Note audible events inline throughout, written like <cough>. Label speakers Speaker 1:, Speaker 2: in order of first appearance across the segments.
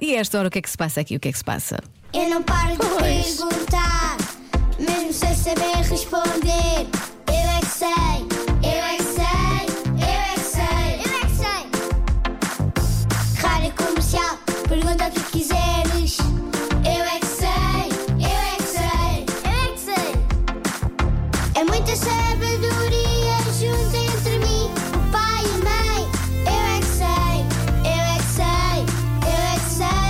Speaker 1: E a esta hora o que é que se passa aqui? O que é que se passa?
Speaker 2: Eu não paro de
Speaker 1: Pois.
Speaker 2: perguntar, mesmo sem saber responder. Eu é que sei, eu é que sei, eu é que sei, eu é que sei. Rádio comercial, pergunta o que quiseres. Eu é que sei, eu é que sei, eu é que sei. É muita sabedoria junto entre mim, o pai e a mãe. Eu é que sei, eu é que sei, eu é que sei.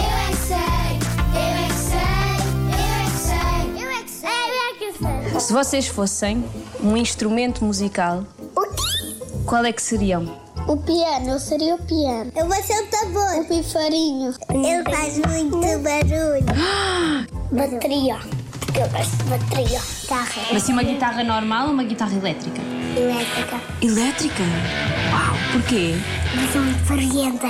Speaker 2: Eu é que sei, eu é que sei, eu é que sei, eu é que sei, eu é que sei.
Speaker 3: Se vocês fossem um instrumento musical,
Speaker 2: O quê?
Speaker 3: qual é que seriam?
Speaker 2: O piano, eu seria o piano. Eu vou ser o tambor. O pifarinho. Ele faz muito barulho. <gasps> bateria. Porque eu gosto de bateria. Guitarra.
Speaker 3: Assim, uma guitarra normal ou uma guitarra elétrica?
Speaker 2: Elétrica.
Speaker 3: Elétrica? Uau! Porquê?
Speaker 2: Visão diferente.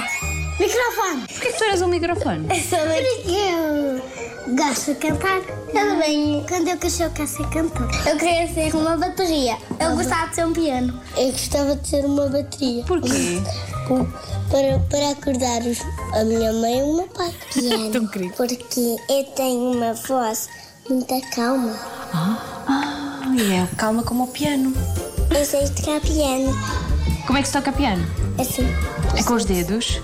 Speaker 2: Microfone.
Speaker 3: Porquê que tu eras um microfone?
Speaker 2: Porque eu gosto de cantar. Também, quando eu cresci, eu quero ser cantor. Eu queria ser uma bateria. Eu gostava de ser um piano. Eu gostava de ser uma bateria.
Speaker 3: Porquê?
Speaker 2: Com- para, para acordar os- a minha mãe e o meu <laughs> pai. Piano,
Speaker 1: Tão querido.
Speaker 2: Porque eu tenho uma voz muito calma.
Speaker 3: Ah, é. Calma como o piano.
Speaker 2: Eu sei tocar piano.
Speaker 3: Como é que se toca piano?
Speaker 2: Assim.
Speaker 3: É com os dedos?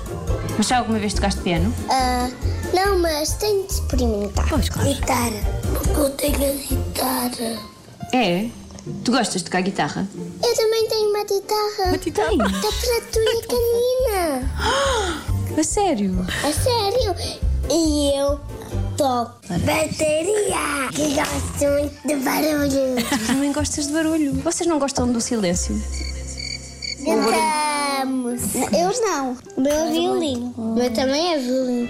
Speaker 3: Mas já alguma vez tocaste piano?
Speaker 2: Ah, não, mas tenho de experimentar.
Speaker 1: Pois, claro.
Speaker 2: Guitarra. Porque eu tenho a guitarra.
Speaker 3: É. Tu gostas de tocar guitarra?
Speaker 2: Eu também tenho uma guitarra.
Speaker 3: Matitão!
Speaker 2: Da Pratura Canina.
Speaker 3: A sério?
Speaker 2: A sério. E eu toco bateria. Que gosto muito de barulho.
Speaker 3: Tu também gostas de barulho. Vocês não gostam do silêncio?
Speaker 2: Cantamos. Eu não. O meu é violino. O meu também é violino.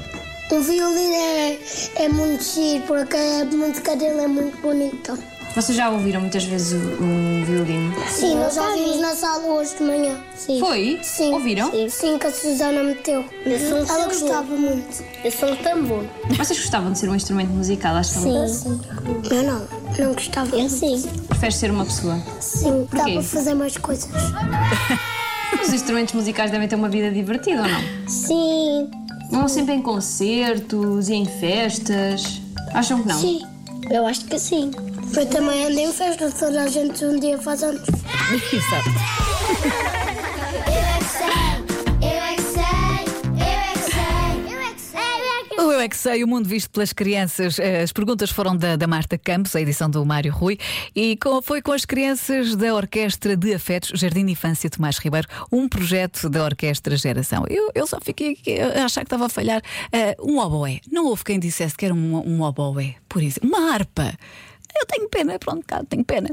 Speaker 2: O violino é, é muito giro, porque é muito cabelo, é muito bonito.
Speaker 3: Vocês já ouviram muitas vezes o- um violino?
Speaker 2: Sim, nós já vimos na sala hoje de manhã. Sim.
Speaker 3: Foi?
Speaker 2: Sim.
Speaker 3: Ouviram?
Speaker 2: Sim, Sim, que a Susana meteu. Ela gostava muito. um Eu sou um tambor.
Speaker 3: Vocês gostavam de ser um instrumento musical? Acho que
Speaker 2: Sim. Eu não. Não gostava. Eu sim.
Speaker 3: preferes ser uma pessoa.
Speaker 2: Sim. Dá
Speaker 3: Porquê?
Speaker 2: para fazer mais coisas.
Speaker 3: Os instrumentos musicais devem ter uma vida divertida ou não?
Speaker 2: Sim.
Speaker 3: Vão sempre em concertos e em festas. Acham que não?
Speaker 2: Sim, eu acho que sim. Eu também andei em festa, toda a gente um dia faz
Speaker 3: <laughs>
Speaker 2: anos.
Speaker 1: Exato.
Speaker 2: é é
Speaker 1: O Eu é que sei, o mundo visto pelas crianças. Eh, As perguntas foram da, da Marta Campos, a edição do Mário Rui, e com- foi com as crianças da Orquestra de Afetos Jardim de Infância Tomás Ribeiro, um projeto da Orquestra Geração. Eu, eu só fiquei aqui a achar que estava a falhar eh, um oboé. Não houve quem dissesse que era um, um oboé, por isso. Uma harpa. Eu tenho pena, pronto, cá, tenho pena.